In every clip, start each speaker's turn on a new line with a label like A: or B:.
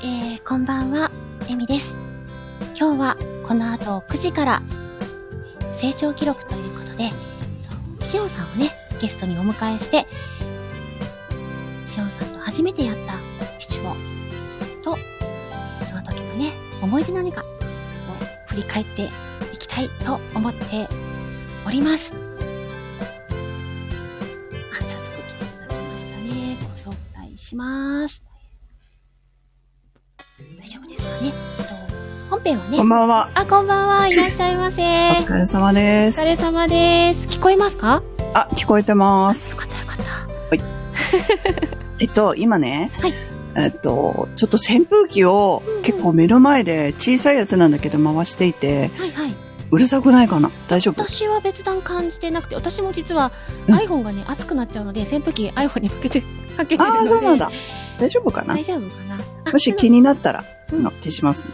A: ーこんばんは、エミです。今日はこの後9時から成長記録ということで、えっとしおさんをね、ゲストにお迎えして、しおさんと初めてやった七五と、その時のね、思い出何かを振り返っていきたいと思っております。あ早速来ていただきましたね。ご紹介します。大丈夫ですかね。えっと本編はね
B: こん、ばんは。
A: あ、こんばんは。いらっしゃいませ。
B: お
A: お
B: 疲れ様で
A: 疲れ
B: す。
A: 様です。聞こえますか
B: あ、聞こえて
A: あ、
B: ます。
A: よかったよかった。
B: えっと、今ね、
A: はい
B: えっと、ちょっと扇風機を
A: うんうん
B: 結構目の前で小さいやつなんだけど回していて、
A: はいはい。
B: うるさくないかな大丈夫
A: 私は別段感じてなくて、私も実は
B: うん
A: iPhone がね、熱くなっちゃうので、扇風機 iPhone に向けて、かけてるので。
B: ああ、そうなんだ。。大丈夫か な
A: 大丈夫かなあ
B: もし気になったら、あの消しますね。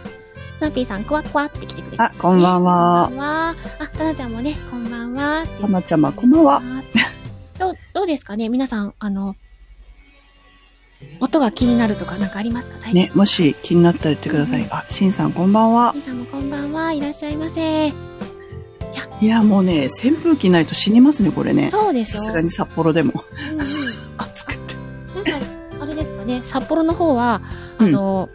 A: スナッピーさん、クワクワって来てくれてます
B: あ
A: ね、
B: こんばんは
A: こんばんは。あ、タナちゃんもね、こんばんはって言ってくれてます。
B: たまちゃま、こんばんは。
A: どう、どうですかね皆さん、あの、音が気になるとかなんかありますか大丈夫
B: ね、もし気になったら言ってください。あ、しんさん、こんばんは。
A: 皆さんもこんばんは。いらっしゃいませ。
B: いや、もうね、扇風機ないと死にますね、これね。
A: そうでし
B: さ
A: ょ
B: すがに札幌でも
A: うん うん
B: 暑くて。
A: なんか、あれですかね、札幌の方は、あの、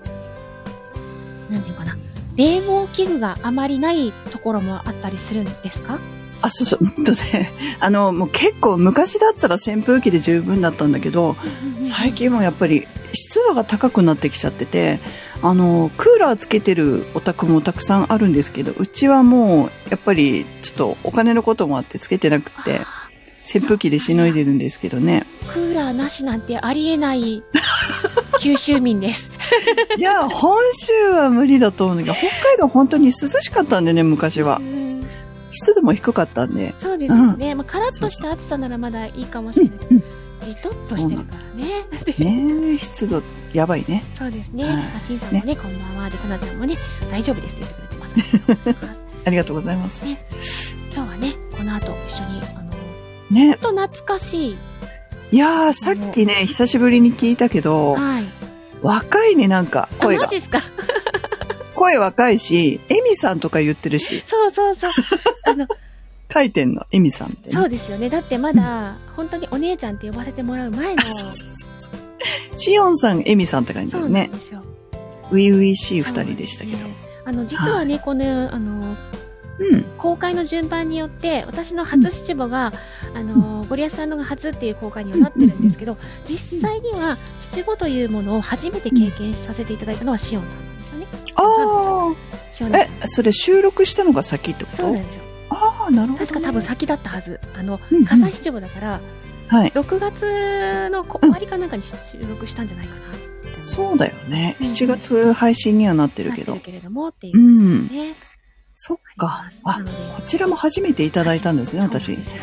A: なんていうかな、冷房器具があまりないところもあったりするんですか
B: あ、そうそう、うんとね、 あの、もう結構昔だったら扇風機で十分だったんだけど、最近もやっぱり湿度が高くなってきちゃってて、あの、クーラーつけてるお宅もたくさんあるんですけど、うちはもう、やっぱりちょっとお金のこともあってつけてなくて、
A: あ
B: 扇風機でしのいでるんですけどね。
A: ークーラーなしなんてありえない 九州民です。
B: いや、本州は無理だと思うんだけど、北海道本当に涼しかったんでね、昔は
A: う。ん
B: 湿度も低かったんで。
A: そうですよね。まあ、カラッとした暑さならまだいいかもしれないけど、じとっとしてるからね。だって
B: ねえ、湿度、やばいね。
A: そうですね。
B: はい
A: あしんさんもね、こんばんは。で、かなちゃんもね、大丈夫ですって言ってくれてます。
B: ありがとうございます。
A: 今日はね、この後一緒に、あの、ち
B: ね
A: ょっと懐かしい、
B: いやー、さっきね、久しぶりに聞いたけど、
A: はい。
B: 若いね、なんか、
A: あ、
B: 声
A: マ
B: が
A: ジ。ですか
B: 声若いし、エミさんとか言ってるし、
A: そうそう そう。あの、
B: 書いてんの、エミさんってね、
A: そうですよね。だってまだ、本当にお姉ちゃんって呼ばせてもらう前の、
B: あ そうそうそうそう。シオンさん、エミさんって感じだ
A: そう
B: よ
A: なん
B: ね。
A: ですよ。
B: ウィウィしい二人でしたけ
A: そ
B: ど
A: う。ですねあの、実はね、この、あの、
B: うん。
A: 公開の順番によって、私の初七母が、あの、ゴリアスさんのが初っていう公開にはなってるんですけど、実際には七五というものを初めて経験させていただいたのはシオンさんなんですよね。
B: あ
A: シオン
B: あ。
A: さん
B: え。、それ収録したのが先ってこ
A: そう
B: と
A: なんですよ。
B: ああ、なるほどね。
A: 確か多分先だったはず。あの、
B: うんうん
A: 火災七五だから、
B: はい。
A: 6月のこ終わりかなんかに収録したんじゃないかな。
B: そうだよね。
A: うん
B: 7月配信にはなってる
A: なっ
B: け
A: て
B: ど。
A: る。けれどもっていううんね。
B: そっ
A: あ
B: か
A: り。ます
B: あ
A: なの、で
B: こちらも初めていただいたんですね、
A: そう
B: 私
A: なん。ですよ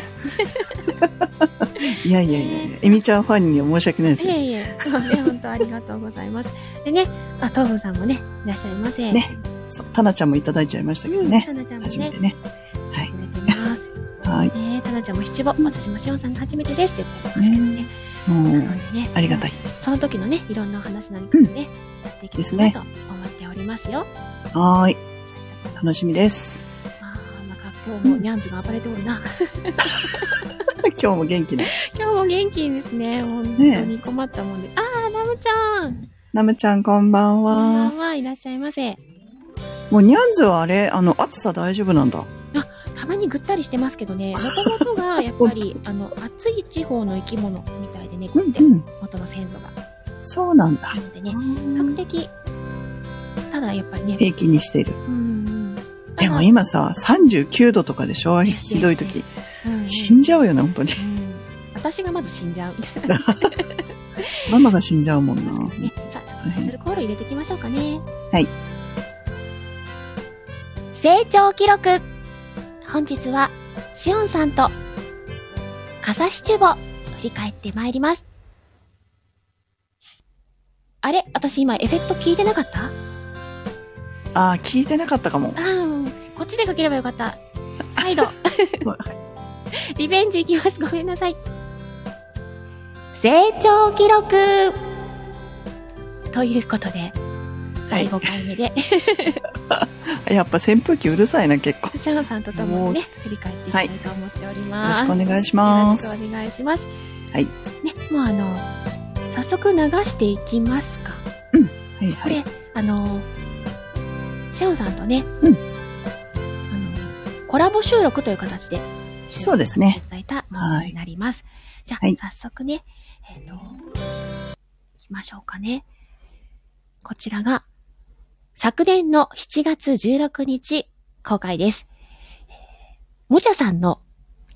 B: いやいやいやいや、エミちゃんファンには申し訳ないです
A: いえ
B: ね。
A: いえ、そうね、本当ありがとうございます。でね、あ、トーフンさんもね、いらっしゃいませ。
B: ね。そう、タナちゃんもいただいちゃいましたけど
A: うん、
B: ね。
A: タナちゃんも
B: 初
A: ね
B: め、てね。はい
A: く。れてます。
B: はい。
A: ねえ、タナちゃんも七五、私もしおんさん初めてですって言ってますけどね。
B: も
A: な
B: う
A: の、でね、
B: ありがた
A: い。
B: い。
A: その時のね、いろんなお話なんかもね、やっていけたらなと思っておりますよ。
B: はーい。楽しみです。
A: あーなんか今日もニャンズが暴れておるな。
B: 今日も元気な。
A: 今日も元気ですね。本当に困ったもんで。あー、ナムちゃん。
B: ナムちゃんこんばん
A: こんば
B: は。
A: んは、いらっしゃいませ。
B: もうニャンズはあれ、あの、暑さ大丈夫なんだ。
A: たまにぐったりしてますけどね、もともとがやっぱり、あの、暑い地方の生き物みたいでね、こ
B: う
A: れっ
B: ん
A: て
B: うん。
A: 元の先祖が。
B: そうなんだ
A: な。のでね、比較
B: 平
A: 的、ただやっぱりね、
B: 気にしている。
A: うんうん。
B: でも
A: い
B: 今さ、39度とかでしょ
A: ですです
B: ひどい時。死
A: 死
B: ん
A: ん
B: じゃうよね、本当に。
A: うん私がまず死んじゃうみたいな。
B: ママが死んじゃうもん
A: 確
B: な
A: か。にね。さあ、ちょっとタイトルコール入れていきましょうかね。
B: はい。
A: 成長記録。本日は、しおんさんと、かさしちゅぼ、振り返ってまいります。あれ私今エフェクト聞いてなかったあ
B: ああ、聞いてなかったかも。
A: あ、うんこっちでかければよかった。再度。 リベンジいきます。ごめんなさい。成長記録ということで、第5回目で、
B: やっぱ扇風機うるさいな、結構。
A: シャンさんとともにね、振り返っていきたいと思っております。
B: はいよろしくお願いします
A: よろしくお願いします。
B: はい
A: ね、もうあの、早速流していきますか。
B: はい
A: こ
B: は
A: れ、
B: い。
A: あの、シャンさんとね、
B: う
A: あ
B: ん
A: の、コラボ収録という形で、
B: そうですね。
A: いただいたものになります。じゃあ、
B: はい
A: 早速ね、えっ、と、行きましょうかね。こちらが、昨年の7月16日公開です。えーもちゃさんの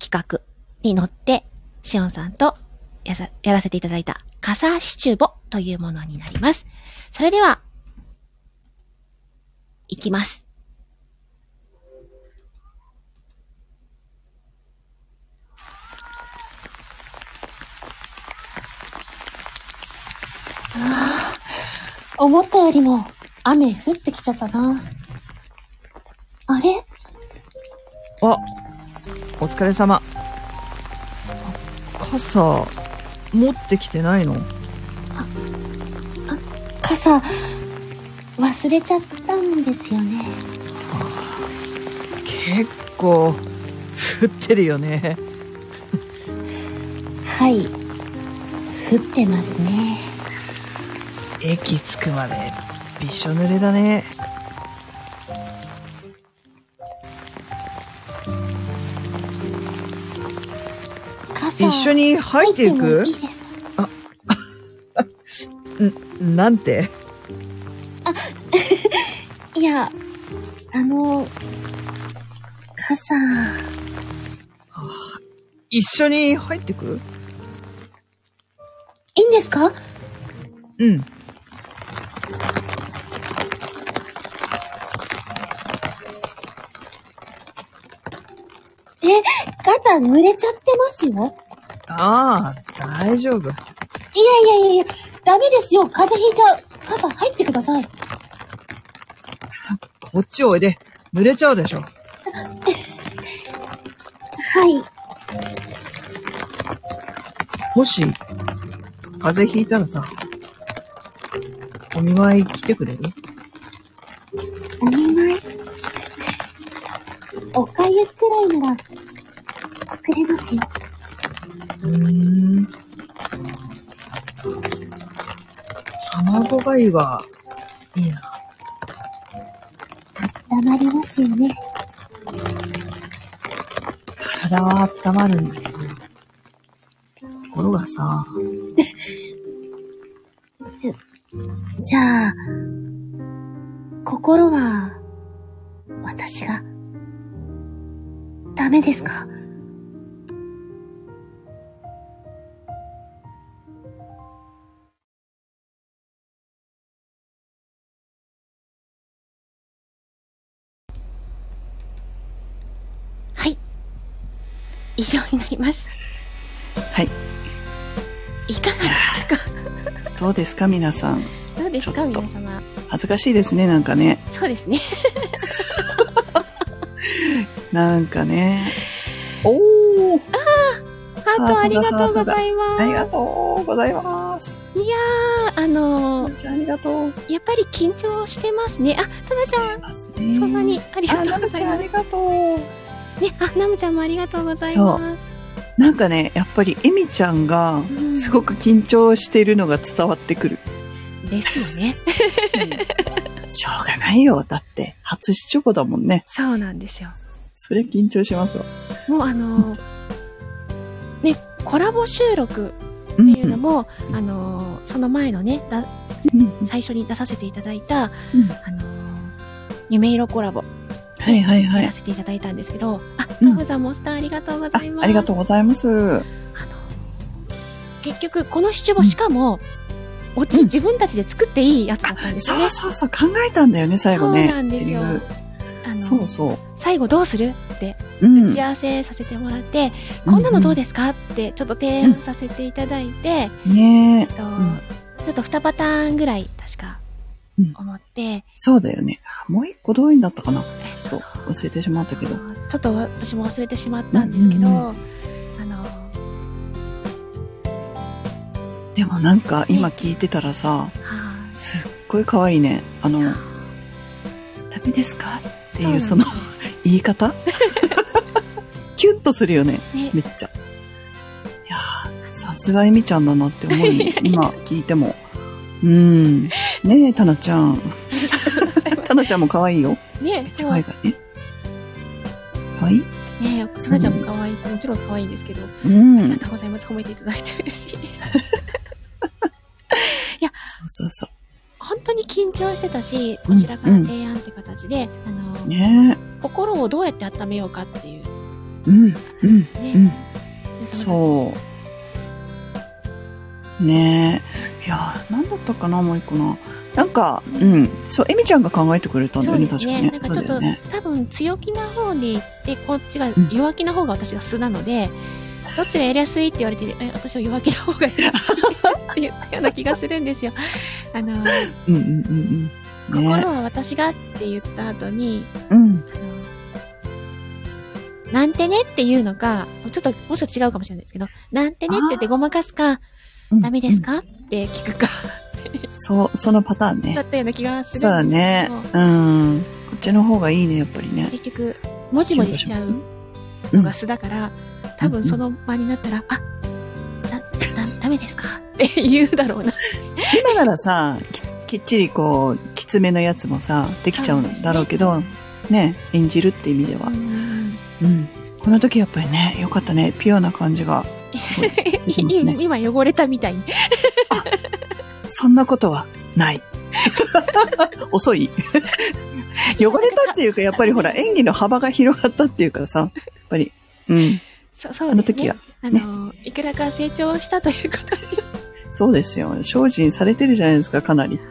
A: 企画に乗って、しおんさんとやさやらせていただいた、カサシチュボというものになります。それでは、いきます。思ったよりも雨降ってきちゃったな。あれ
C: あ、お疲れ様。あ傘、持ってきてないの
A: 傘、忘れちゃったんですよね。
C: 結構、降ってるよね。
A: はい。降ってますね。
C: 駅着くまで、びしょ濡れだね。
A: 傘
C: 一緒に入っていく
A: 入ってもいいですか
C: なんて
A: いや、あの、傘、
C: 一緒に入ってく
A: いいんですか
C: うん。
A: 傘濡れちゃってますよ。
C: ああ、大丈夫。
A: いやいやいやいや、ダメですよ。風邪ひいちゃう。傘入ってください。
C: こっちおいで。濡れちゃうでしょ。
A: はい。
C: もし、風邪ひいたらさ、お見舞い来てくれる
A: お見舞い。おかゆくらいなら、作れますよ。
C: うーん卵がゆはいいな。
A: 黙りますよね。
C: 体は温まるんだけど。ところがさ、
A: じゃあ、心は、私が、ダメですかはい。以上になります。
B: はい。
A: いかがでしたか
B: どうですか、皆さん。
A: どうです
B: ちょ
A: か
B: っと
A: 皆様。
B: 恥ずかしいですね、なんかね。
A: そうですね。
B: なんかね。おー
A: ハートありがとうございます。
B: ありがとうございます。
A: いやー、あのー
B: じゃあありがとう。
A: やっぱり緊張してますね。あ、たな
B: し
A: ちゃ
B: て
A: ん、
B: ますね。
A: そんなにありがと
B: あ、な
A: うご
B: む
A: ざ
B: ち
A: い
B: ゃんあ
A: ま
B: りがとう。
A: す。ね、あ、ナムちゃんもありがとうございま
B: なんかね、やっぱりエミちゃんが
A: す。うん
B: すごく緊張しているのが伝わってくる。
A: ですよね。
B: しょうがないよ。だって、初試食だもんね。
A: そうなんですよ。
B: そりゃ緊張しますわ。
A: もうあのーね、コラボ収録
B: う
A: っ
B: ん
A: ていうのも、あのーその前のね、だ
B: うん
A: 最初に出させていただいた、
B: うん
A: あのー夢色コラボ
B: はいはいは
A: やら
B: い。
A: せていただいたんですけど、あ、
B: うん
A: ナムさんもスターありがとうご
B: あ
A: ざいます。
B: ありがとうございます。う
A: あの結局この七五しかも、オチ自分たちで作っていいやつだったんですよね
B: そう。そうそう、考えたんだよね、最後ね。
A: そうなんですよ
B: セリフ
A: あの
B: そうそう。
A: 最後どうするって
B: うん
A: 打ち合わせさせてもらって、こんなのどうですかってちょっと提案させていただいて、
B: ねえ。
A: えっと
B: ん
A: ちょっと2パターンぐらい確か
B: うん
A: 思って、
B: そうだよね。あもう一個どういうんだったかな。
A: えっ
B: ちょ
A: と
B: っと忘れてしまったけど。
A: ちょっと私も忘れてしまったんですけど、
B: うんう
A: あの
B: でもなんか今聞いてたらさ、
A: は
B: すっごい可愛いね。あの、ダメですかっていうそ
A: そうな
B: の言い方キュンとするよね。
A: ね
B: めっちゃ。いやーさすがエミちゃんだなって思うよ。 今聞いても。うん。ねえ、タナち ゃん。タナちゃんも可愛いよ。
A: ね
B: めっち
A: そ
B: ゃ
A: う
B: 可愛いからね。可愛い
A: ねかなちゃんも可愛い、もちろん可愛いですけど、
B: うん。
A: ありが
B: そう
A: とうございます。褒めていただいて嬉しいです。
B: そうそ
A: 本当に緊張してたし、
B: うん
A: こちらから提案って形で、あの、
B: う。ね
A: 心をどうやって温めようかっていう
B: え。うん。うん。
A: ですね。
B: うん。
A: での
B: そう。ねえ。いやー、なんだったかな、もう一個な。なんか、うん。そう、エミちゃんが考えてくれたんだ
A: そう
B: よね、
A: ですね。なん。
B: 確かね
A: か
B: そ
A: ちょっ
B: うだ
A: と、
B: よね。
A: 多分強気な方に行って、こっちが
B: ん
A: 弱気な方が私が素なの で、どっちがやりやすいって言われて、え、私は弱気な方がいいって言ったような気がするんですよ。あの、
B: うんうんうんうん。ね
A: 心は私がって言った後に、
B: うん。
A: あのなんてねっていうのか、ちょっともうちょっと違うかもしれないですけど、なんてねって言ってごまかすか、
B: うん。
A: ダメですか、って聞くか、
B: うんそう、そのパターン
A: だ
B: ね
A: っ。たような気がする。
B: そうだね。うん。こっちの方がいいね、やっぱりね。
A: 結局、もじもじしちゃう
B: う
A: の
B: ん
A: が。素だから、多分その場になったら、あ、 だ、だ、ダメですかって言うだろうな。
B: 今ならさ、ききっちりこう、きつめのやつもさ、できちゃうんだろうけど、ね、演じるって意味では
A: う。ん
B: うん。この時やっぱりね、よかったね。ピュアな感じが、すごい出て ますね。
A: 今汚れたみたいに。
B: そんなことはない。 遅い。汚れたっていうか、やっぱり ほら、演技の幅が広がったっていうかさ、やっぱり、うん、
A: そそう
B: あの時は
A: は。あの、いくらか成長したということ
B: そうですよ。精進されてるじゃないですか、か なり。
A: で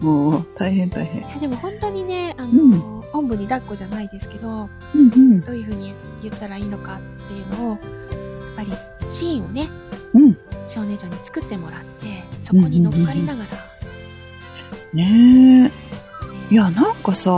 B: もう、大変大変。
A: いやでも本当にね、あの、
B: うん
A: おんぶに抱っこじゃないですけど、
B: うん
A: どういうふうに言ったらいいのかっていうのを、やっぱりシーンをね、
B: うん。うん。
A: 少年ちゃんに作ってもらって、そこに乗っかりながら、
B: ねえ。いや、なんかさ、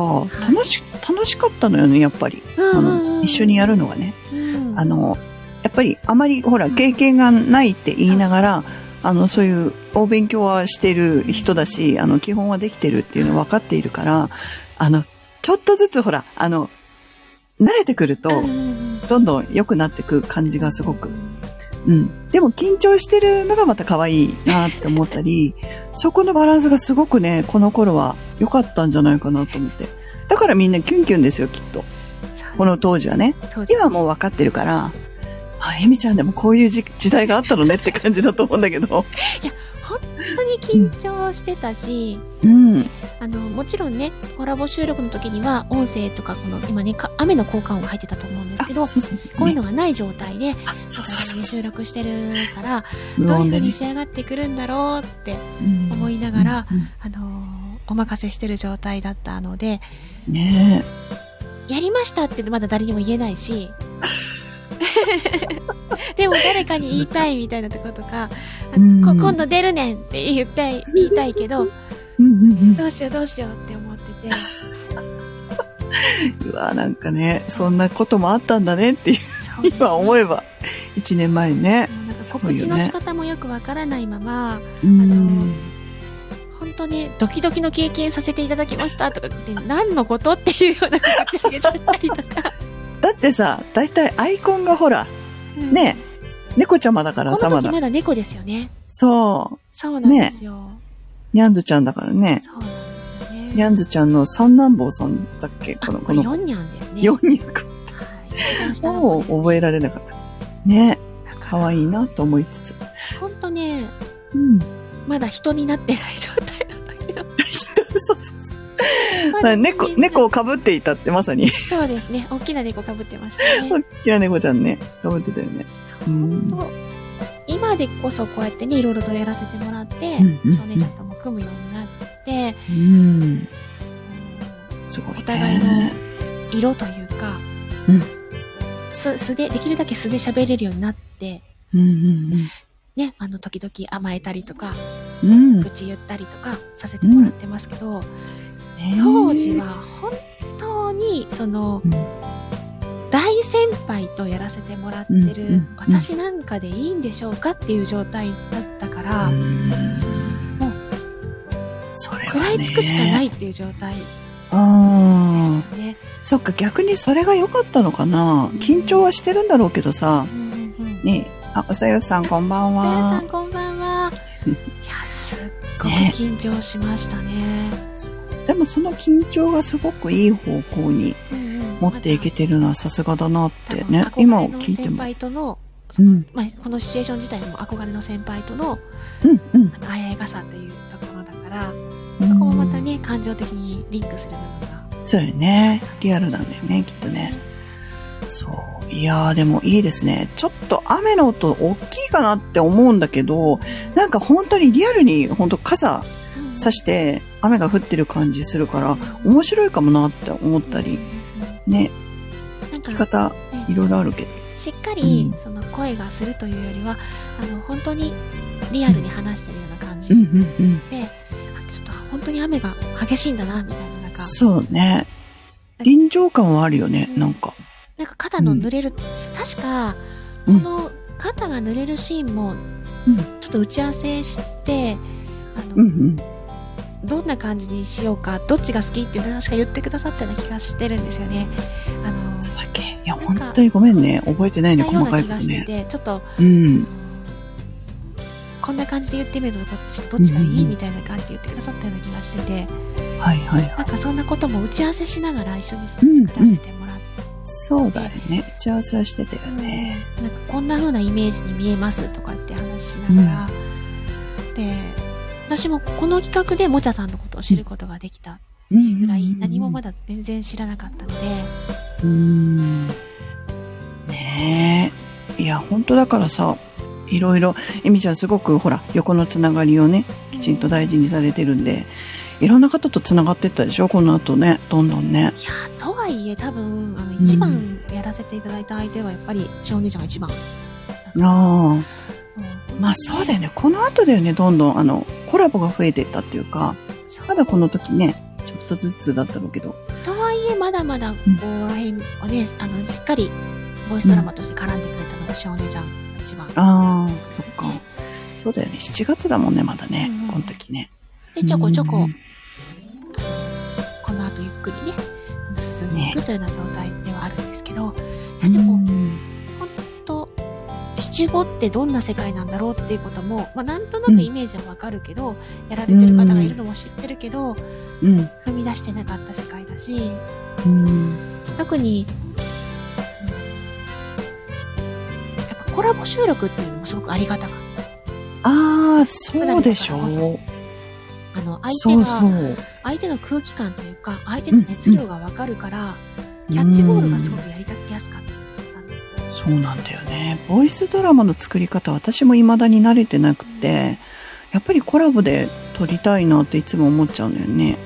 B: 楽し、楽しかったのよね、やっぱり。
A: うん
B: あ
A: うんう
B: の、
A: ん
B: 一緒にやるのがね。
A: うん
B: あの、やっぱりあまりほら経験がないって言いながら、あの、そういうお勉強はしてる人だし、あの、基本はできてるっていうのは分かっているから、あの、ちょっとずつほら、あの、慣れてくると
A: うんう、ん
B: どんどん良くなってく感じ
A: う
B: が
A: ん
B: すごく。うん。でも緊張してるのがまた可愛いなって思っ たり、そこのバランスがすごくね、この頃は良かったんじゃないかなと思って。だからみんなキュンキュンですよ、きっと。
A: そう
B: この当時はね。
A: 当時
B: 今はもう分かってるから、あ、エミちゃんでもこういう時時代があったのねって感じだと思うんだけど。
A: 本当に緊張してたし、
B: うん。
A: あの、もちろんね、コラボ収録の時には、音声とか、この、今ね、か雨の効果音が入ってたと思うんですけど、
B: そうそうそう。
A: こういう
B: ね
A: のがない状態で、
B: あ、そうそうそう
A: 収
B: そう。
A: 録してるから、
B: 無
A: どういう
B: 音
A: 風
B: で
A: に
B: ね。
A: 仕上がってくるんだろうって、
B: 思
A: 思いながら、
B: うん
A: あのーお任せしてる状態だったので、
B: うんね
A: やりましたってまだ誰にも言えないし、 でも誰かに言いたいみたいなとことか、あ
B: うん
A: こ今度出るねんって言って、言いたいけど、
B: え。うんうん
A: どうしようどうしようって思ってて、
B: うん。うわ、なんかね、そんなこともあったんだねっていう、
A: そう
B: 今思えば、一年前ね。
A: なんか
B: すご
A: 告
B: いよ
A: 知の
B: ね
A: 仕方もよくわからないまま、
B: う
A: の。本当にドキドキの経験させていただきましたとか言って、何のことっていうような口上げちゃったりとか。
B: だってさ、大体アイコンがほら、
A: うん
B: ね、猫ちゃまだから
A: こ
B: さ、
A: の
B: ま
A: 時
B: だ。
A: まだ猫ですよね。
B: そ
A: そうなんですよ。
B: う。にゃんずちゃんだからね。
A: そうなんですよね。
B: にゃんずちゃんの三男坊さんだっけこの、
A: こ
B: こ
A: れ
B: の、
A: 4にゃんですね。
B: 四人か。
A: はい。一番下の
B: も
A: 子
B: う
A: ですね
B: 覚えられなかった。ね
A: だから
B: 可愛いなと思いつつ。
A: ほんとね、
B: うん。
A: まだ人になってない状態なんだけ ど。
B: そうそうそう。
A: ま
B: だか
A: だ
B: ら猫、猫を被っていたってまさに、
A: そうですね。大きな猫かぶってましたね。
B: さっきの猫ちゃんね、被ってたよね。うん
A: ほんと今でこそこうやってね、いろいろとやらせてもらって、
B: うんうんうん
A: 少年ちゃんとも組むようになって、
B: うん。すごいね。
A: お互いの色というか、
B: うん
A: す素で、できるだけ素で喋れるようになって、
B: うん
A: ね、あの、時々甘えたりとか、
B: うんうん。うん。
A: 愚痴言ったりとかさせてもらってますけど、当時は本当にその、
B: うん
A: 大先輩とやらせてもらってる、
B: うんうんうん
A: 私なんかでいいんでしょうかっていう状態だったか
B: え
A: ら、
B: ー、うんそれ
A: 食
B: は
A: らい
B: ね。
A: つくしかないっていう状態です
B: うん
A: よ。ね。
B: そっか、逆にそれが良かったのかな。緊張はしてるんだろうけどさ。
A: うんうんうん
B: ねあ、おさよさんこんばん
A: さやさ
B: は
A: ん。こんばんは。いや、すっごく緊張しましたね。
B: でもその緊張がすごくいい方向に
A: うんうん
B: 持っていけてるのはさすがだなっ
A: ま
B: て
A: だ
B: ね
A: 多。分
B: 今
A: 憧れの
B: 聞いて
A: 先
B: も。
A: 輩との、そうの
B: ん。
A: まあ、このシチュエーション自体も憧れの先輩との、
B: うん。うん。
A: あの、あややかさっていうところだから、
B: そ
A: そこもまたね、感情的にリンクする部分が。
B: そうよね。リアルなんだよね、きっとね。そう。いやー、でもいいですね。ちょっと雨の音大きいかなって思うんだけど、なんか本当にリアルに本当傘
A: うん
B: 差して雨が降ってる感じするから、面白いかもなって思ったり、ね、
A: なん
B: 聞き
A: か、
B: 方
A: ね
B: いろいろあるけど。
A: しっかり
B: う、
A: その声がするというよりは、あの、本当にリアルに話してるような感じ。
B: んうん。
A: で、あちょっと本当に雨が激しいんだな、みたいな、なんか、
B: そうね。臨場感はあるよね、なんか。
A: なんか肩の濡れる、確か、こ
B: うん
A: の肩が濡れるシーンも
B: うん、
A: ちょっと打ち合わせして、あの、
B: うんうん。
A: どんな感じにしようか、どっちが好きって確か言ってくださったような気がしてるんですよね。あの、
B: そうだっけいや、
A: なん
B: 本
A: か
B: 当にごめんね。覚えてないね、
A: 言ったようない
B: 細か
A: 気
B: こ
A: が
B: と
A: して
B: ね。
A: て、ちょっと、
B: うん。
A: こんな感じで言ってみると、こっちどっちがいい
B: うん
A: みたいな感じで言ってくださったような気がしてて、
B: はいはいはい。
A: なんかそんなことも打ち合わせしながら一緒に
B: うんうん
A: 作らせてもらって、
B: そうだよね。打ち合わせはしてたよね。
A: なんかこんな風なイメージに見えますとかって話しながら、で、私もこの企画でもちゃさんのことを知ることができた
B: う
A: ぐらい、何もま
B: だ。
A: だ全然知らなかったので、
B: うん。ねえ。いや、本当だからさ、いろいろ、えみちゃんすごくほら、横のつながりをね、きちんと大事にされてるんで、いろんな方とつながってったでしょこの後ね、どんどんね。
A: いやーとはいえ多分あの
B: ん
A: 一番やらせていただいた相手はやっぱり小兄ちゃんが一番、
B: あ
A: う
B: あ。
A: ん
B: まあそうだよね。この後だよね、どんどん、あの、コラボが増えてったっていうか、
A: そう
B: まだこの時ね、ちょっとずつだったろうけど。
A: とはいえまだまだここら辺をねあのしっかりボイスドラマとして絡んでくれたのが小姉ちゃんが一番
B: ああ、そっか。そうだよね。7月だもんね、まだね。
A: うんうん
B: この時ね。
A: でちょこちょこ、
B: うんうん
A: あのこの後ゆっくりねあの進んでいくというような状態ではあるんですけど、いやでも、と七五ってどんな世界なんだろうっていうことも、まあ、なんとなくイメージはわかるけど、やられてる方がいるのも知ってるけど、
B: うん。
A: 踏み出してなかった世界だし
B: うん。
A: 特にうんやっぱコラボ収録っていうのもすごくありがたかっ
B: ああ、そうでしょう。
A: たあの相
B: そ
A: 手
B: う
A: が
B: そう。
A: 相手の空気感というか相手の熱量がわかるから、キャッチボールがすごくやりたやすかったんで
B: うんそうなんだよね。ボイスドラマの作り方、私も未だに慣れてなくて、やっぱりコラボで撮りたいなっていつも思っちゃうんだよね。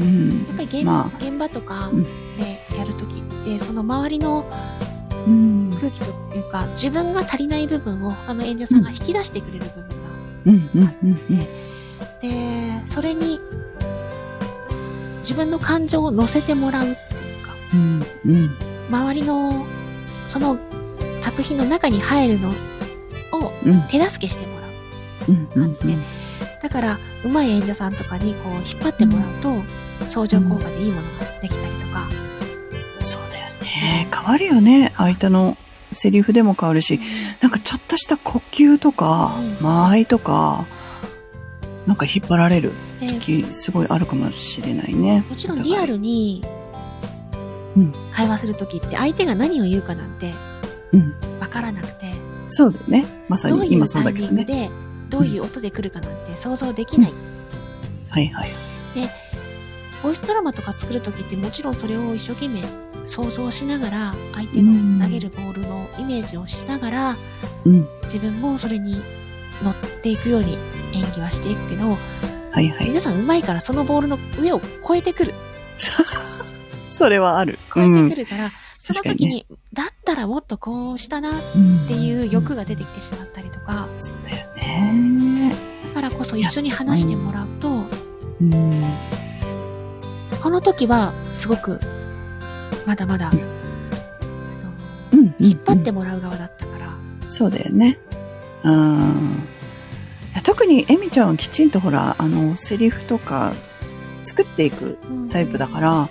B: う
A: うん
B: ん。
A: やっぱり現,、
B: ま
A: 現場とか
B: うん
A: でやるときってその周りの
B: あ、うん。
A: 空気というか自分が足りない部分を他の演者さんが引き出してくれる部分が
B: うん、うん、うん。
A: でそれに自分の感情を乗せてもらうっていうか
B: うん、うん。
A: 周りのその作品の中に入るのを
B: うん、
A: 手助けしてもらう
B: うん、うん。
A: 感じでだから上手い演者さんとかにこう引っ張ってもらうと相乗効果でいいものができたりとか、
B: そうだよね。変わるよね。相手のセリフでも変わるし、なんかちょっとした呼吸とか
A: うん、
B: 間合いとか、なんか引っ張られる
A: で
B: 時、すごいあるかもしれないね。
A: もちろんリアルに
B: うん
A: 会話するときって相手が何を言うかなんて
B: うん
A: わからなくて、
B: そうだよね。まさ
A: どう
B: に
A: い
B: 今
A: う
B: そう
A: タ
B: だ
A: イ
B: け
A: ミ
B: ど
A: ング
B: ね。
A: でどういう音で来るかなんて想像できない
B: はいはい。
A: ボイスドラマとか作る時ってもちろんそれを一生懸命想像しながら相手の投げるボールのイメージをしながら
B: うん。
A: 自分もそれに乗っていくように演技はしていくけど
B: はいはい。
A: 皆さん上手いからそのボールの上を越えてくる
B: それはある。
A: 越えて
B: うん
A: くるから、その
B: 確か
A: 時
B: に
A: に
B: ね
A: だったらもっとこうしたなっ
B: って
A: いう欲が出てきてしまったりとか
B: そうだよね。
A: だからこそ一緒に話してもらうと
B: うん。
A: この時はすごくまだまだあの
B: うん。
A: 引っ張ってもらう側だったから。
B: そうだよね。うん。や特にエミちゃんはきちんとほら、あの、セリフとか作っていく
A: うん
B: タイプだから、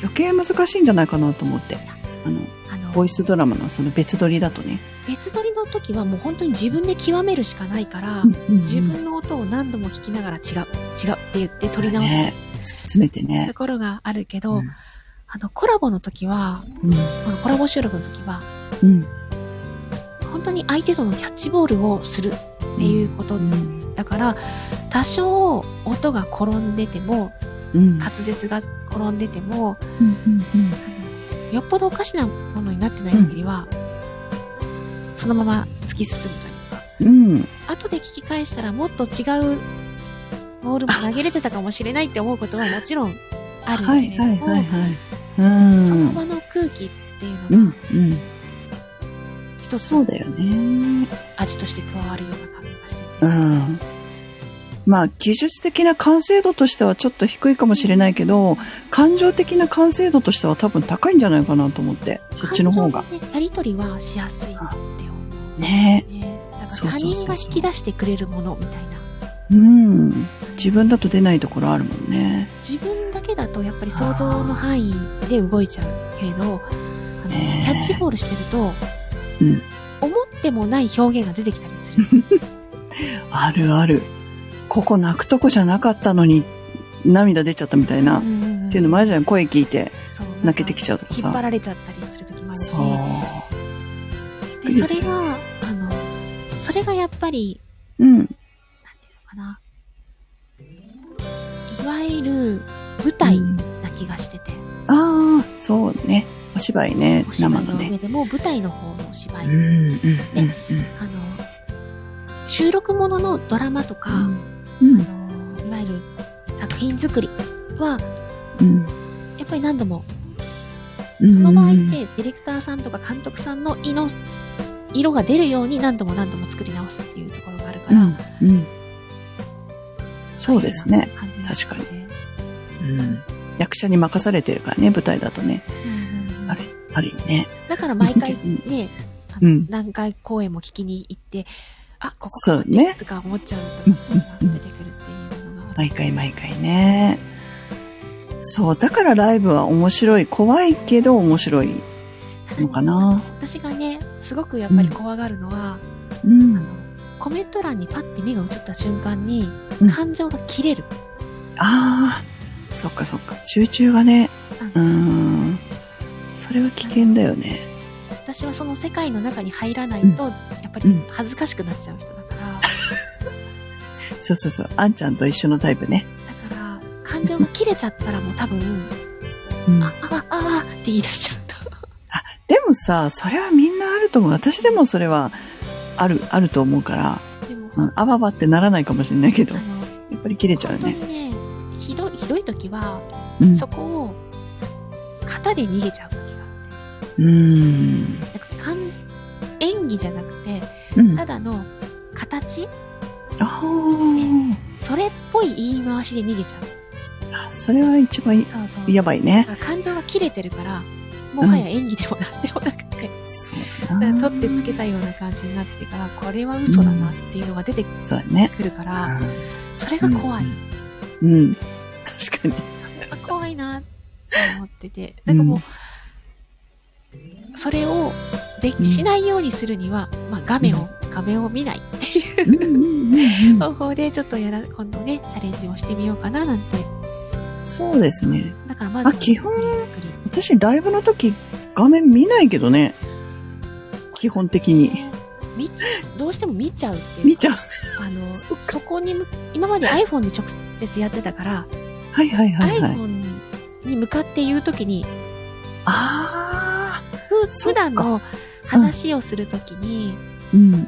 B: 余計難しいんじゃないかなと思って。あの、
A: あの
B: ボイスドラマのその別撮りだとね。
A: 別撮りの時はもう本当に自分で極めるしかないから、自分の音を何度も聞きながら違う、違うって言って撮り直
B: ね
A: す、
B: 突き詰めてね
A: と。ころがあるけど、
B: うん
A: あの、コラボの時は、
B: うん。
A: このコラボ収録の時は、
B: うん。
A: 本当に相手とのキャッチボールをするっていうこと
B: うん
A: だから、多少音が転んでても、
B: うん。
A: 滑舌が転んでても、
B: うんうんうん
A: よっぽどおかしなものになってない限りは、そのまま突き進むというか、
B: うん。
A: 後で聞き返したらもっと違うボールも投げれてたかもしれないって思うことはもちろんある
B: はい
A: けれど
B: はい
A: も、
B: はいはい。うん。
A: その場の空気っていう
B: う
A: のが
B: んうん。
A: 一つ
B: そうだよね。
A: 味として加わるような感じがしていて、
B: うん。まあ、技術的な完成度としてはちょっと低いかもしれないけど、感情的な完成度としては多分高いんじゃないかなと思って、そっちの方が。
A: 感情でねやりとりはしやすいって思う。
B: ね
A: ね。だから
B: そう
A: 他
B: そうそうそう
A: 人が引き出してくれるものみたいな。
B: うん。自分だと出ないところあるもんね。
A: 自分だけだとやっぱり想像の範囲で動いちゃうけれどあのキ
B: ねえ
A: ャッチボールしてると、
B: うん
A: 思ってもない表現が出てきたりする
B: あるある。ここ泣くとこじゃなかったのに、涙出ちゃったみたいな。
A: うんうんうん
B: っていうの前じゃん、声聞いて
A: そう
B: 泣けてきちゃうとか
A: 引っ張
B: さ。
A: られちゃったりする時もあるし
B: そう。びっく
A: で
B: り
A: そ
B: す
A: れ
B: る
A: があのそれがやっぱり
B: うん。
A: なんていうのかないわゆる舞台
B: うん
A: な気がしてて、
B: ああ、そうね。お芝居ね
A: お、芝
B: 生
A: 居
B: の
A: の
B: ね。
A: 上でも舞台の方のお芝居、
B: うんうんうん
A: あの収録もののドラマとか、
B: うん。うん
A: あのいわゆる作品作りは
B: うん。
A: やっぱり何度も
B: うん
A: その場合ってディレクターさんとか監督さんの意の色が出るように何度も何度も作り直すっていうところがあるか
B: う
A: ら、
B: んうん。そうですね。
A: 感じ
B: 確かに
A: に、
B: うん。役者に任されてるからね、舞台だとね。
A: うんうん
B: あれ、ある意味ね。
A: だから毎回ね、あ
B: う
A: の
B: ん
A: 何回公演も聞きに行ってあここ
B: そうね。
A: とか思っちゃうとか出てくるっていうのがある
B: 毎回毎回ね。そう、だからライブは面白い。怖いけど面白いのかな。
A: 私がねすごくやっぱり怖がるのは、あ
B: うん。
A: のコメント欄にパッて目が映った瞬間に
B: うん
A: 感情が切れる、
B: ああ、そっかそっか。集中がね。うーん。それは危険だよね。
A: 私はその世界の中に入らないと、やっぱ
B: う
A: り
B: ん
A: 恥ずかしくなっちゃう人だから、だ
B: そうそうそう。あんちゃんと一緒のタイプね。
A: から感情が切れちゃったらもう多分
B: うん
A: ああああって言い出しちゃうと
B: でもさ、それはみんなあると思う。私でもそれはある、あると思うから、
A: でも、
B: うん、あばばってならないかもしれないけど、
A: あの
B: やっぱり切れちゃう
A: 本当
B: ね。
A: にねひどいひどい時は、
B: うん。
A: そこを型で逃げちゃう時があ
B: うん。
A: ってなんか感じ演技じゃなくて
B: うん。
A: た
B: あ
A: だの形
B: あー。
A: それっぽい言い回しで逃げちゃう
B: あそれは一番
A: そうそう
B: やばいね。
A: だから感情が切れてるからもはや演技でもなんでもなくて、
B: そう
A: だ
B: だ
A: か
B: な。
A: ら取ってつけたような感じになってからこれは嘘だなっていうのが出てく
B: そうだね。
A: るから、
B: う
A: それが怖い、
B: ん。うん。確かに。
A: それが怖いなって思っててなんかもう、それをで
B: うん
A: しないようにするには、まあ、画面を、画面を見ないっていう
B: うんうんうんうん
A: 方法でちょっとやら今度ねチャレンジをしてみようかななんて
B: そうですね。
A: だからまず、
B: あ基本
A: ゆっくり
B: 私、ライブの時、画面見ないけどね。基本的に。
A: 見ちゃどうしても見ちゃうっていうか
B: 見ちゃう。
A: あの
B: そ
A: そ
B: っか
A: こにむ今まで iPhone に直接やってたから、
B: はいはいはいはい。
A: iPhone に向かって言うときに
B: ああ。
A: ふ
B: そっ
A: 普
B: か
A: 段の話をするときに、
B: うん。
A: ま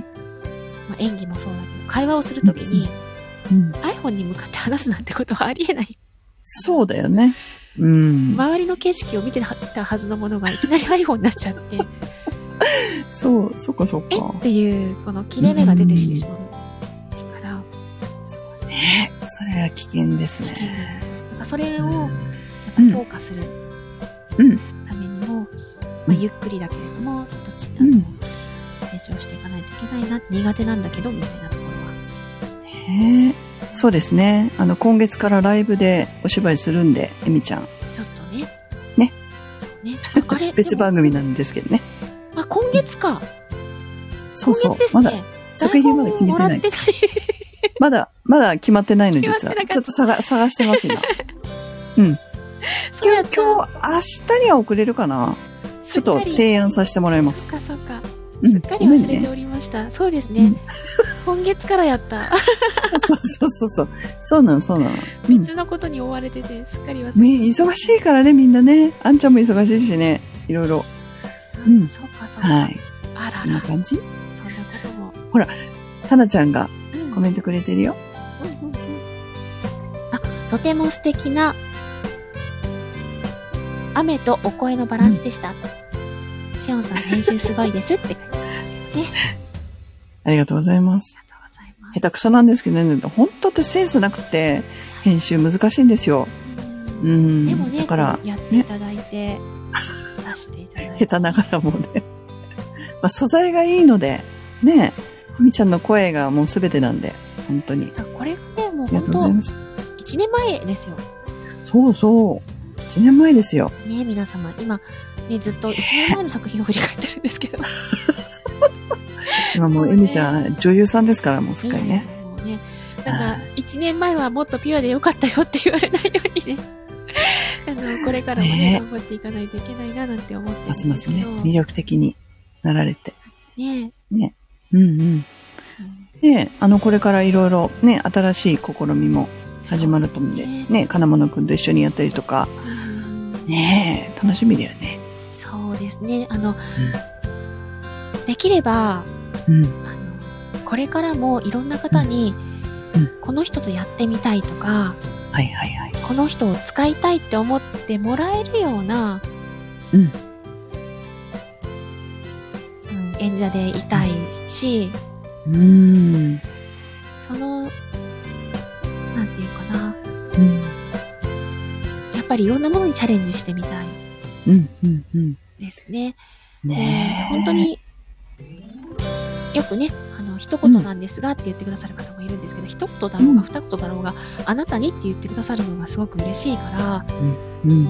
A: あ、演技もそうだけど会話をするときに、
B: うん。
A: iPhone に向かって話すなんてことはありえない
B: そうだよね。うん。
A: 周りの景色を見てたはずのものがいきなり iPhone になっちゃって
B: そう、そっかそっ
A: え
B: か
A: っ。ていうこの切れ目が出てきてしまうから
B: ねそれは危険です
A: 危険なん
B: ね
A: で。すよだからそれを
B: う
A: やっ
B: ん
A: ぱ評価する
B: うん
A: ためにも、
B: う
A: まあ、
B: ん
A: ゆっくりだけれどもちょっとちあ
B: う
A: の
B: ん
A: 成長していかないといけないな苦手なんだけどみたいなところは
B: ねねえそうですね。あの、今月からライブでお芝居するんで、えみちゃん。
A: ちょっとね。
B: ね。
A: そうね。 あれ
B: 別番組なんですけどね。
A: でもあ、今月か。
B: そうそ
A: 今
B: う
A: 月で。す
B: ま
A: ね。
B: だ作品まだ決め
A: 台本も
B: てな
A: らっ
B: い。
A: てない。
B: まだ、まだ決まってないの、
A: 決
B: 実
A: まっ
B: は。
A: てなかった
B: ちょっと探探して ます、今。
A: そうや
B: 今
A: っ
B: 日、
A: た
B: 今日、明日には遅れるかな。ちょっと提案させてもらいま
A: そ
B: す
A: っ。かそっか。
B: う
A: す
B: ん、
A: っかり
B: ごめん
A: 忘れて
B: ね。
A: おりました。そうです
B: う
A: ね
B: ん。
A: 今月からやった。
B: そうそうそうそう。そうなの、そうなの。うん
A: 別のことに追われてて、すっかり忘れて
B: ね、忙しいからね、みんなね。あんちゃんも忙しいしね。いろいろ。うん
A: そうかそうか。
B: はい。
A: あら
B: そんな
A: ら。
B: 感じ
A: そんなことも。
B: タナちゃんが
A: うん
B: コメントくれてるよ。
A: うんうんうんあ、とても素敵な雨とお声のバランスでした。しおんさん練習すごいですって書いてますね。
B: ありがとうございます。
A: ありがとうございま
B: 下手くそなんですけどね、本当ってセンスなくて、編集難しいんですよ。
A: す。
B: う
A: でも
B: ん。
A: ね、
B: だから
A: こ、うやっていただいて、出していただいて。
B: 下手ながらもね。 まあ、素材がいいので、ね、ふみちゃんの声がもうすべてなんで、本当に。
A: だからこれがね、もう
B: ありが
A: 本
B: とうございました。
A: 当、1年前ですよ。
B: そうそう。1年前ですよ。
A: ね、皆様。今、ね、ずっと1年前の作品を振り返ってるんですけど。
B: 今もう、えみちゃん、女優さんですから、もうすっかりね。
A: え。もうね、なんか、1年前はもっとピュアでよかったよって言われないようにね。 あの、これからもね、
B: ね
A: 頑張っていかないといけないななんて思ってるん
B: ま
A: ですす
B: ます
A: け
B: ね
A: ど。、
B: 魅力的になられて。
A: ね。
B: ね。うんうん。ね、あの、これからいろいろ、ね、新しい試みも始まると思うんで、
A: そう
B: ね
A: す、
B: 金物くんと一緒にやったりとか、
A: うん
B: ね楽しみだよね。
A: そうですね。あの、できれば、
B: うん。
A: あの、これからもいろんな方に、
B: うんう
A: この人とやってみたいとか、
B: はいはいはい。
A: この人を使いたいって思ってもらえるような、
B: うん
A: うん演者でいたいし、
B: うーん。
A: その、なんていうかな、
B: うん。
A: やっぱりいろんなものにチャレンジしてみたい
B: うん。うん。うん。
A: ですね。
B: ね
A: で本当。に、よくね、あの、一言なんですがって言ってくださる方もいるんですけど、一言だろう
B: うん
A: が二言だろうが、あなたにって言ってくださるのがすごく嬉しいから、
B: うん。うん。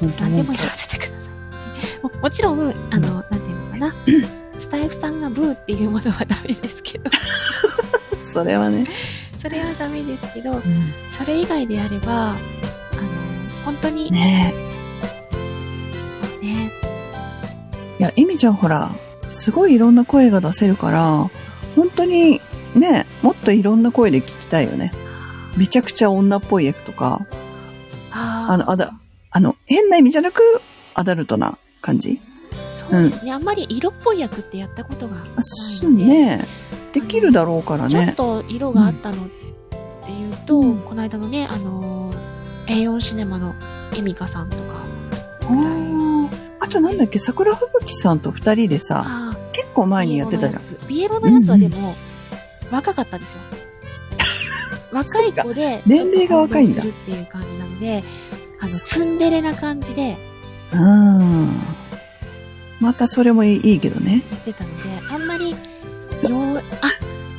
B: 本当
A: 何でも
B: に。
A: やらせてください。ももちろん、あの、なんていうのかな、スタイフさんがブーっていうものはダメですけど、
B: それはね。
A: それはダメですけど、それ以外であれば、あの、本当に、
B: ね
A: ね、
B: いや、エミちゃんほら、すごいいろんな声が出せるから、本当に、ね、もっといろんな声で聞きたいよね。めちゃくちゃ女っぽい役とか、
A: あー
B: あの、あだ、あの、変な意味じゃなく、アダルトな感じ。
A: そうですね、あんまり色っぽい役ってやったことがないので
B: そうね。できるだろうから
A: ちょっ
B: ね。
A: と色があったのっていうと、
B: うん
A: この間のね、あのー、A4 シネマのエミカさんとか
B: あーあとなんだっけ、桜吹雪さんと二人でさ、
A: あ
B: 結構前にやってたじゃん。
A: ん。ビエロのやつはでも、若かったですよ。若い子で、
B: 年齢が若いんだ
A: ちょっと感動するっていう感じなので、あの、
B: そっか
A: ツンデレな感じで
B: うん。またそれもいいいいけどね。
A: 言ってたので、あんまり、よう、あ、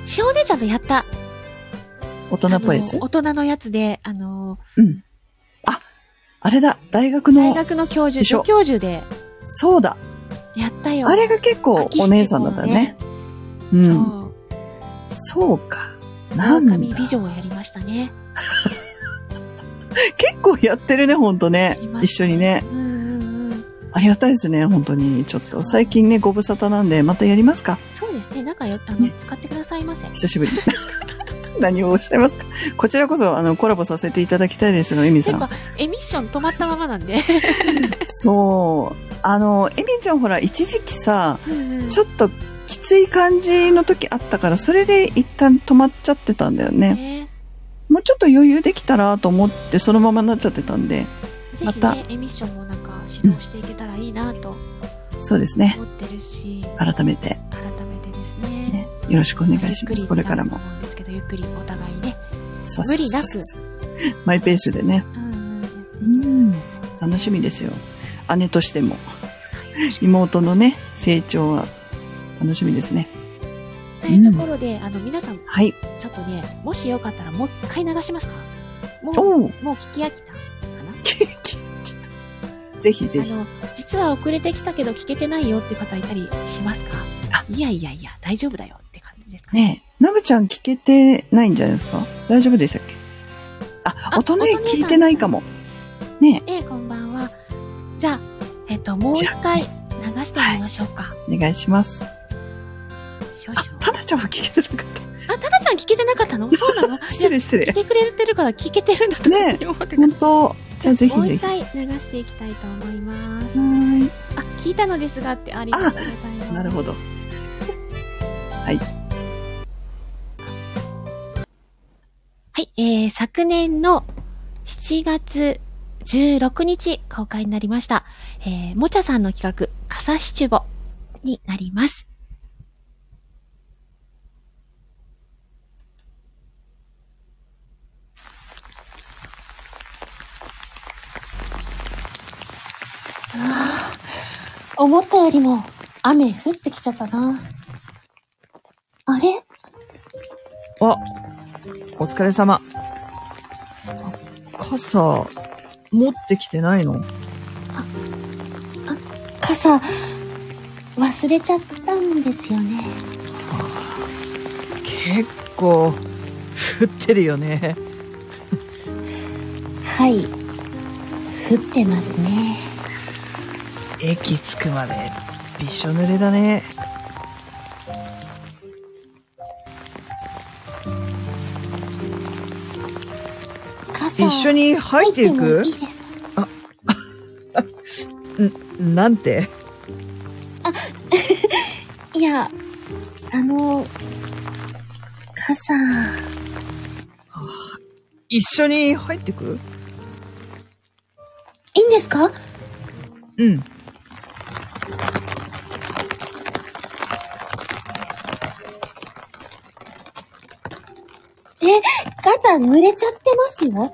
A: しお姉ちゃんとやった。
B: 大人っぽいやつ
A: あの。大人のやつで、あの
B: うん。あ、あれだ、大学
A: ー、大
B: の、
A: 学の教授、
B: 一緒
A: 助教授で
B: そうだ。
A: やったよ。
B: あれが結構お姉さんだったよね。う
A: そ
B: ん。
A: う。
B: そうか。なんだ。
A: 狼美
B: 結
A: 女をやりましたね。
B: 構やってるね、ほんとね
A: りま。
B: 一
A: し
B: 緒にね
A: う。んうんうん。
B: ありがたいですね、本当に。ちょっ
A: そう
B: と、最近ね、ご無沙汰なんで、またやりますか
A: そうですね。なんかよ、あの、
B: ね
A: 使ってくださいませ。
B: 久しぶりに。 何をおっしゃいますかこちらこそ、あの、コラボさせていただきたいですの、エミ
A: て
B: さん
A: か。、エミッション止まったままなんで。
B: そう。あの、エミちゃんほら、一時期さ、ちょ
A: っ
B: っときつい感じの時あったから、それで一旦止まっちゃってたんだよ
A: と
B: ね。
A: ね。
B: もうちょっと余裕できたらと思って、そのままになっちゃってたんで、
A: ぜ
B: ま
A: ひ
B: た
A: ね、エミッションもなんか指導していけたらいいなと
B: そうですね。
A: 思ってるし、
B: 改
A: 改め
B: めて、
A: てですね。
B: ね、よろしくお願
A: まあ
B: いします。これから。
A: ゆっくりになると
B: も。
A: 思うんですけど、ゆっくりお互いね。
B: そう
A: 無理なく
B: そうそうそうマイペースでね。
A: うんうんやっていけたらなと。
B: 楽しみですよ。姉としても。妹のね、成長は楽しみですね。
A: というところで、あの、皆さん、
B: はい。
A: ちょっとね、もしよかったらもう一回流しますかもう、
B: おう。
A: もう聞き飽きたかな
B: ぜひぜひ
A: あ。の、実は遅れてきたけど聞けてないよって方いたりしますか
B: あ
A: いやいやいや、大丈夫だよって感じですか
B: ねえ、ナムちゃん聞けてないんじゃないですか大丈夫でしたっけあ、
A: あ
B: 音ね
A: 音ね
B: 聞いてないかも。ね
A: ええ、こんばんは。じゃあ、えっと、もう一
B: じゃあ
A: 回流してみましょうか。
B: え、お願いします。
A: 少
B: あ
A: 々。、
B: タナちゃんも聞けてなかっ
A: あ、タナちゃん聞けてなかったのそうなの
B: た。 失
A: いや
B: 礼失
A: 聞い
B: 礼。
A: てくれてるから聞けてるんだと
B: ね
A: 勝手に
B: え
A: 思ってた
B: 本当じゃあぜひ
A: もう
B: ぜ
A: 一
B: ひ。は
A: 回流していきたいと思います。
B: ーい。
A: あ、聞いたのですがってありがとうございます。
B: なるほど。
A: はい、えー、昨年の7月16日公開になりました、えー、もちゃさんの企画、傘シチュボになります。思ったよりも雨降ってきちゃったな。あれ
C: あ、お疲れ様。傘、持ってきてないの
A: 傘、忘れちゃったんですよね。
C: 結構、降ってるよね。
A: はい。降ってますね。
C: 駅着くまで、びしょ濡れだね。
A: 傘
C: 一緒に入ってい
A: 入っ
C: く
A: てもいいですか
C: なんて
A: いや、あの、傘、
C: 一緒に入ってく
A: いいんですか
C: うん。
A: 肩濡れちゃってますよ。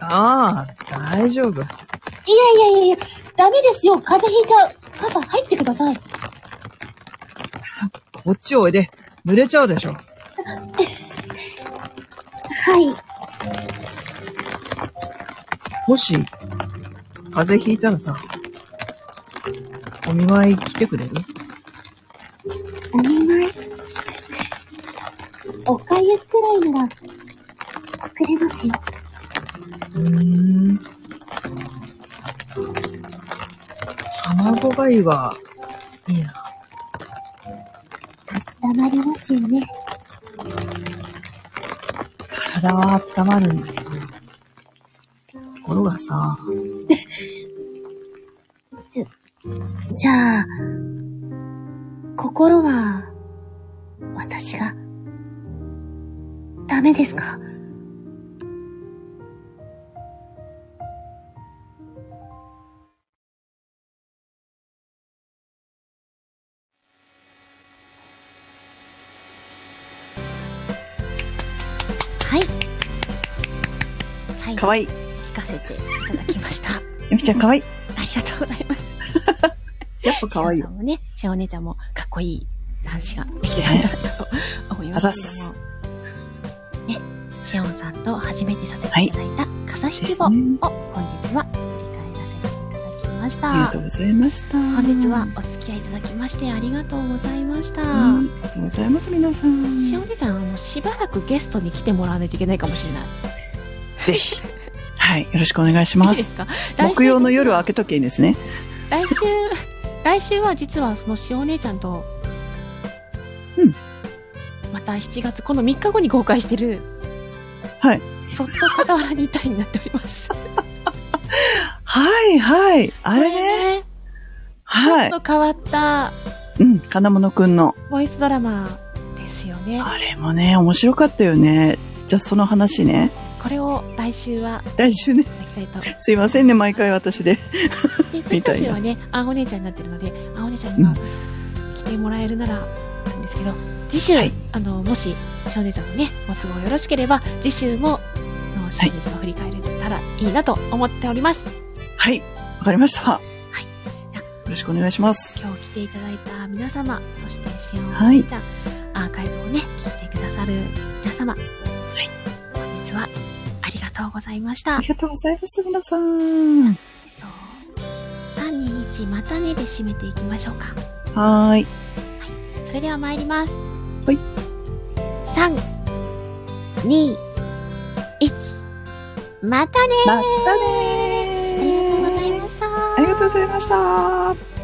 C: ああ、大丈夫。
A: いやいやいやいや、ダメですよ。風邪ひいちゃう。傘入ってください。
C: こっちおいで。濡れちゃうでしょ。
A: はい。
C: もし、風邪ひいたらさ、お見舞い来てくれる
A: お見舞い。おかゆくらいなら、作れますよ。
C: うーん。卵がゆは、いいな。
A: 温まりますよね。
C: 体は温まるんだけど。ところがさ、
A: じゃあ、心は、私が、ダメですかはい。最
B: か
A: 後、
B: わいい。
A: 聞かせていただきました。あ
B: ゆみちゃんかわいい。
A: りがとうございます。
B: やっぱかわいい
A: しお
B: よ
A: さ。んもね、しお姉ちゃんもかっこいい男子ができてるんだと思いますけども。ね、しおんさんと初めてさせていただいた傘
B: で
A: 七
B: す
A: 五を
B: ね。
A: 本日は振り返らせていただきまし
B: ありが
A: た
B: と。うございました。
A: 本日はお付き合いいただきましてありがとうございました。
B: うん。ありがとうございます、皆さん。
A: しお姉ちゃん、あの、しばらくゲストに来てもらわないといけないかもしれない。
B: ぜひ。はい。よろしくお願いし
A: い
B: ま
A: いで す
B: す。
A: か
B: 木曜の夜は
A: は
B: 開けとけんですね。
A: 来週、 来週は実はそのしお姉ちゃんと、
B: うん。
A: また7月、この3日後に公開してる、
B: はい。
A: そっと傍らにいたいになっております。
B: はい、はい。 あれ
A: こ
B: ね。
A: れね
B: は
A: ち
B: い
A: ょ。っと変わった
B: うん。金物くんの。
A: ボイスドラマですよね。
B: あれもね、面白かったよね。じゃあその話ね。
A: これを来週は、
B: 来週ね。
A: いきたいと。
B: すいませんね、毎回私で。
A: で、
B: み
A: 次
B: た
A: の
B: いな
A: 週はね、あお姉ちゃんになってるので、あお姉ちゃん
B: う
A: が
B: ん
A: 来てもらえるなら、なんですけど、次週、
B: はい
A: あの、もし、少年ちゃんのね、ご都合よろしければ、次週も、あの少年ちゃんを振り返れたらいいなと思っております。
B: はい。わかりました。はいよろしくお願いします。
A: 今日来ていただいた皆様、そしてしおん
B: はい
A: ちゃん、アーカイブをね、聞いてくださる皆様。はい。本日はありがとうございました。
B: ありがとうございました、皆さん。
A: 321またねで締めていきましょうか。
B: はーい。
A: それでは参ります。
B: はい。
A: 3、2、1、またね
B: またね
A: ありがとうござい
B: ー
A: ました。
B: ありがとうございました。